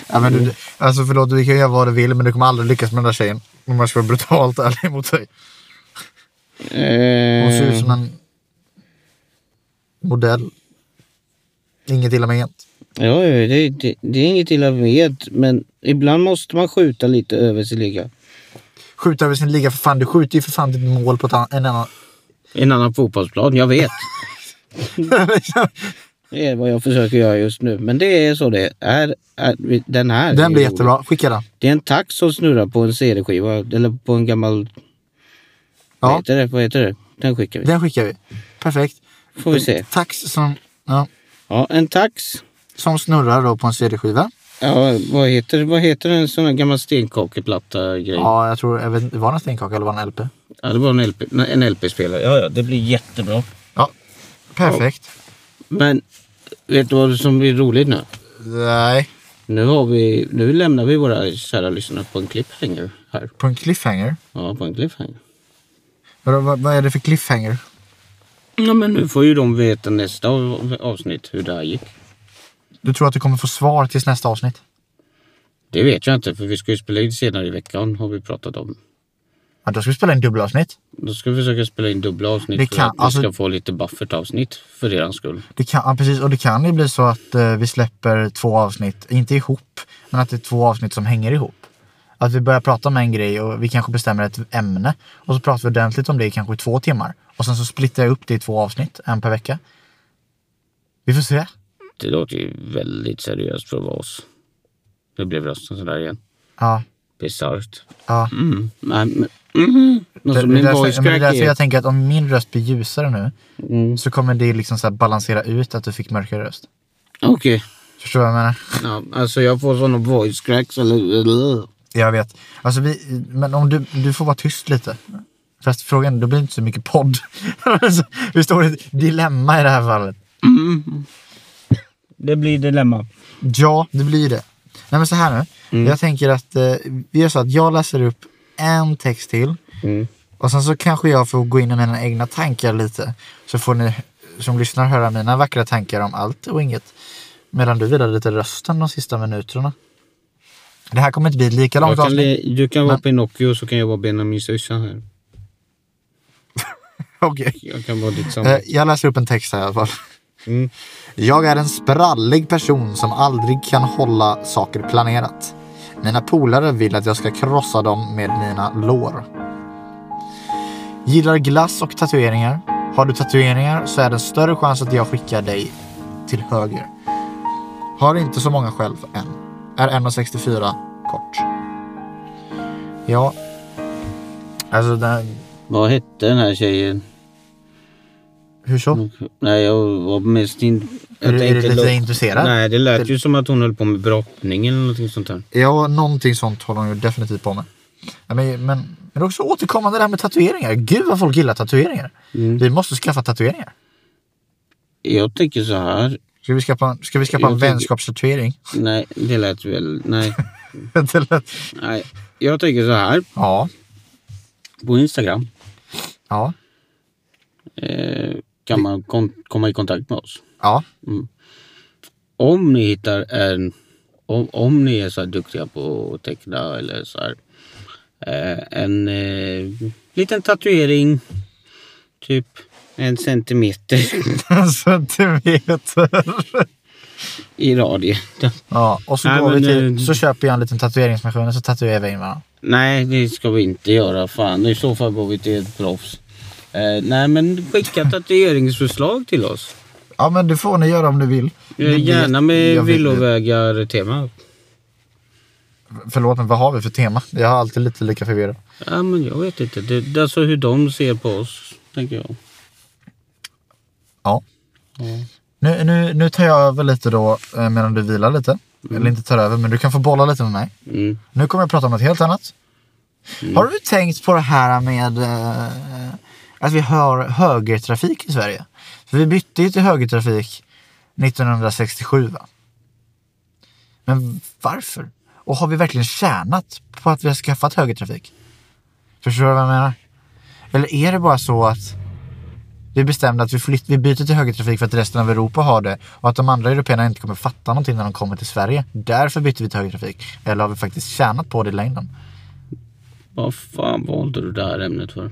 Ja, men du, alltså förlåt, vi kan göra vad du vill men du kommer aldrig lyckas med den där tjejen. Om jag ska vara brutalt ärlig mot dig. Hon ser ut Eh, som en modell. Inget illa ment. ja, ja, det, det, det är inget illa med, men ibland måste man skjuta lite över sin liga. Skjuta över sin liga för fan, du skjuter ju för fan ditt mål på ett an- en annan... En annan fotbollsplan, jag vet. Det är vad jag försöker göra just nu. Men det är så det är. är vi- Den här. är den blir rolig. jättebra, skicka den. Det är en tax som snurrar på en CD-skiva. Eller på en gammal... Vad, Ja, heter det? vad heter det? Den skickar vi. den skickar vi. Perfekt. Får vi se. Tax som, ja, Ja, en tax. som snurrar då på en CD-skiva. Ja, vad heter, vad heter en sån här gammal stenkakeplatta grej? Ja. Ja, jag tror, jag vet inte, var det en stenkaka eller var det en LP? det var en, LP, nej, en LP-spelare. Ja, ja, det blir jättebra. Ja, perfekt. Men vet du vad som blir roligt nu? Nej, Nu, har vi, nu lämnar vi våra kära lyssnare på en cliffhanger här. på en cliffhanger. Ja, på en cliffhanger. Vad, vad, vad är det för cliffhanger? Ja, men nu får ju de veta nästa av- avsnitt hur det här gick. Du tror att du kommer få svar tills nästa avsnitt? Det vet jag inte, för vi ska ju spela in senare i veckan har vi pratat om. Ja, då ska vi spela in dubbelavsnitt. Då ska vi försöka spela in dubbla avsnitt Det för kan- att alltså- vi ska få lite buffertavsnitt för er skull. Det kan, ja, precis, och det kan ju bli så att eh, vi släpper två avsnitt, inte ihop, men att det är två avsnitt som hänger ihop. Att vi börjar prata om en grej och vi kanske bestämmer ett ämne och så pratar vi ordentligt om det i kanske i två timmar. Och sen så splittar jag upp det i två avsnitt, en per vecka. Vi får se. Det låter ju väldigt seriöst för att vara oss. Nu blev rösten sådär igen. Ja, Bisarrt. ja. Mm. Nej, men... Mm. Det, Alltså, det, är min därför, voice men det är crack därför är... jag tänker att om min röst blir ljusare nu Mm. så kommer det liksom så här balansera ut att du fick mörkare röst. Okej. Förstår du vad jag menar? Ja, alltså jag får såna voice cracks eller... Jag vet. Alltså vi, men om du, du får vara tyst lite. Fast frågan, då blir det inte så mycket podd. Alltså, vi står i ett dilemma i det här fallet. Det blir dilemma. Ja, det blir det. Nej men så här nu. Mm. Jag tänker att eh, vi gör så att jag läser upp en text till. Mm. Och sen så kanske jag får gå in i mina egna tankar lite. Så får ni som lyssnar höra mina vackra tankar om allt och inget. Medan du vilar lite rösten de sista minuterna. Det här kommer inte bli ett lika Jag långt kan, avsnitt. li- du kan vara Pinocchio så kan jag vara Benjamin Syrsa här. Okej. Jag kan vara ditt Eh, sambo. Jag läser upp en text här i alla fall. Mm. Jag är en sprallig person som aldrig kan hålla saker planerat. Mina polare vill att jag ska krossa dem med mina lår. Gillar glass och tatueringar. Har du tatueringar så är det större chans att jag skickar dig till höger. Har inte så många själv än. Är 1,64 kort. Ja. Alltså, den, Vad hette den här tjejen? hur så? Nej, jag var mest in... Mm. Jag Är du, är du tänkte lite lo- intresserad? Nej, det lät ju som att hon höll på med brottning eller någonting sånt där. Ja, någonting sånt håller hon ju definitivt på med. Ja, Men, men, men det är också återkommande det här med tatueringar. Gud vad folk gillar tatueringar. Mm. Vi måste skaffa tatueringar. Jag tänker så här. Ska vi skaffa, ska vi skaffa Jag en tänker- vänskapstatuering? Nej, det lät väl... Nej. Eller- nej. Jag tänker så här. ja, På Instagram ja, eh, kan man kon- komma i kontakt med oss. ja. Om ni hittar en... Om, om ni är så här duktiga på att teckna eller så här. Eh, en eh, liten tatuering. Typ en centimeter En centimeter. i radie. Ja, och så, Nej, går vi men, till, eh, så köper jag en liten tatueringsmaskin och så tatuerar vi in varandra. Nej, det ska vi inte göra. Fan, i så fall går vi till ett proffs. Eh, nej, men skicka tatueringsförslag till oss. Ja, men det får ni göra om ni vill. Eh, Ni vet- Gärna jag med vet- villovägar-tema. Förlåt, men vad har vi för tema? Jag har alltid lite lika förvirrat. Ja, men jag vet inte. Det, det är alltså hur de ser på oss, tänker jag. Ja. Ja. Nu, nu, nu tar jag över lite då eh, medan du vilar lite. Eller inte tar över, men du kan få bolla lite med mig. Mm. Nu kommer jag prata om något helt annat. Har du tänkt på det här med eh, att vi har högertrafik i Sverige? För vi bytte ju till högertrafik 1967. Va? Men varför? Och har vi verkligen tjänat på att vi har skaffat högertrafik? Förstår du vad jag menar? Eller är det bara så att vi bestämde att vi, flytt, vi byter till högertrafik för att resten av Europa har det och att de andra européerna inte kommer fatta någonting när de kommer till Sverige. Därför byter vi till högertrafik. Eller har vi faktiskt tjänat på det i längden? Vad fan valde du det här ämnet för?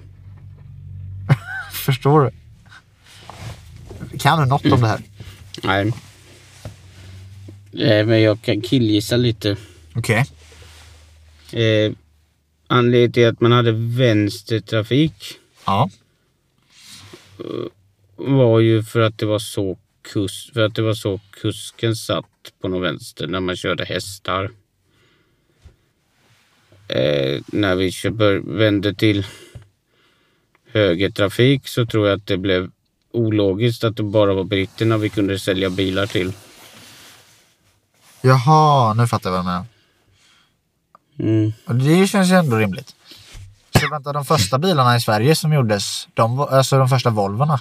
Förstår du? Kan du något om det här? Nej. Eh, men jag kan killgissa lite. Okej. Eh, anledningen till att man hade vänstertrafik Ja. var ju för att det var så kus, för att det var så kusken satt på någon vänster när man körde hästar. Eh, när vi kö- bör- vände till högertrafik så tror jag att det blev ologiskt att det bara var britterna vi kunde sälja bilar till. Jaha, nu fattar jag vad du menar. Mm. Och det känns ju ändå rimligt. Så vänta, de första bilarna i Sverige som gjordes, de, var- alltså de första Volvorna,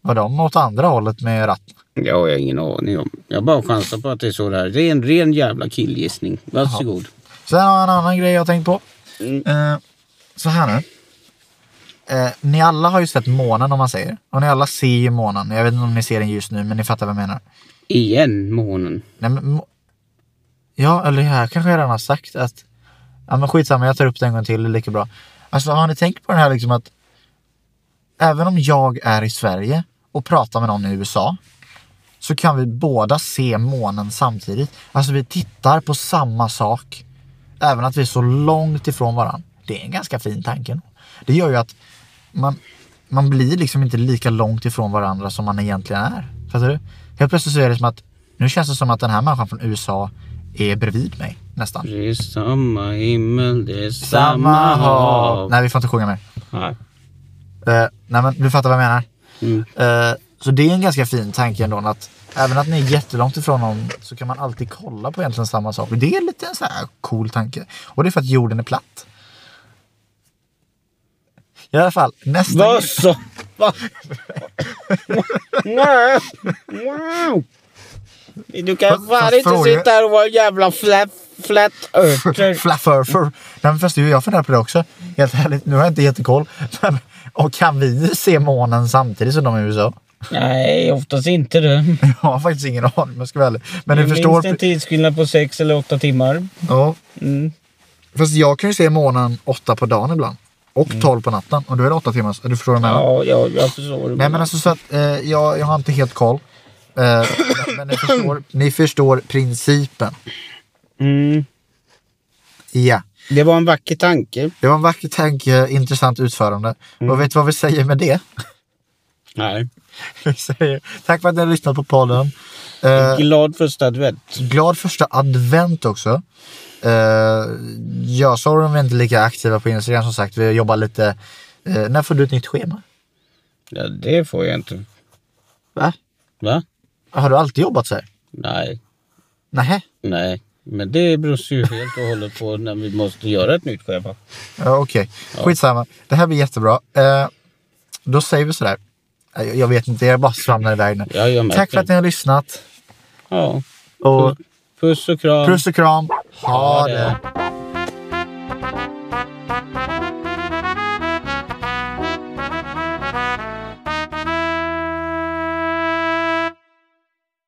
var de åt andra hållet med ratten? Det har jag ingen aning om. Jag bara chansar på att det är så där. Det är en ren jävla killgissning. Varsågod. Sen har jag en annan grej jag har tänkt på. Mm. Eh, så här nu. Eh, ni alla har ju sett månen om man säger. Och ni alla ser ju månen. Jag vet inte om ni ser den just nu, men ni fattar vad jag menar. Igen månen. Nej, men, må- ja, eller det här kanske jag redan har sagt att... Ja, men skitsamma, jag tar upp det en gång till, det är lika bra. Alltså har ni tänkt på det här liksom att... Även om jag är i Sverige och pratar med någon i USA så kan vi båda se månen samtidigt. Alltså vi tittar på samma sak. Även att vi är så långt ifrån varandra. Det är en ganska fin tanke. nog. Det gör ju att man, man blir liksom inte lika långt ifrån varandra som man egentligen är. Fattar du? Helt plötsligt så är det som att nu känns det som att den här människan från USA är bredvid mig nästan. Det är samma himmel, det är samma hav. Nej, vi får inte sjunga mer. Nej. Eh, nej, men du fattar vad jag menar. Mm. Eh, så det är en ganska fin tanke ändå. Att även att ni är jättelångt ifrån någon så kan man alltid kolla på egentligen samma sak. Och Det är lite en så här cool tanke. Och det är för att jorden är platt. I alla fall, nästa... Vad så? Va? Wow! Du kan Fast- fast fan inte fråga- sitta här och vara en jävla flat, flat earther. Fluffer. fur. Nej, men fast jag funderar på det också. Helt ärligt, nu har jag inte jättekoll. Men, och kan vi se månen samtidigt som de i USA? Nej, oftast inte det. Jag har faktiskt ingen aning om jag ska vara ärlig. Men ni Det förstår. finns en tidsskillnad på sex eller åtta timmar. Ja, Mm. fast jag kan ju se månen åtta på dagen ibland. och 12 på natten. Och då är det 8 timmars. Du förstår vad jag menar? Mm. Ja, jag, jag förstår. Nej men alltså så att eh, jag, jag har inte helt koll. Eh, men- men ni förstår, ni förstår principen. mm. Ja. Det var en vacker tanke. Det var en vacker tanke, intressant utförande. Mm. Och vet du vad vi säger med det? Nej. Vi säger tack för att ni har lyssnat på podden. Eh, Glad första advent. glad första advent också. Eh, ja, sorry om vi inte är lika aktiva på Instagram som sagt. Vi jobbar lite. Eh, när får du ett nytt schema? Ja, det får jag inte. Va? Va? Har du alltid jobbat så här? Nej. Nähä? Nej. Men det beror ju helt och hållet på när vi måste göra ett nytt schema. Ja, Okej, skitsamma. Det här blir jättebra. Eh, då säger vi sådär. Eh, Jag, jag vet inte, jag bara svamlar iväg nu. Ja, jag märker Tack för att ni har lyssnat. Ja. Och Puss och kram. puss och kram. Ha Ha det. det.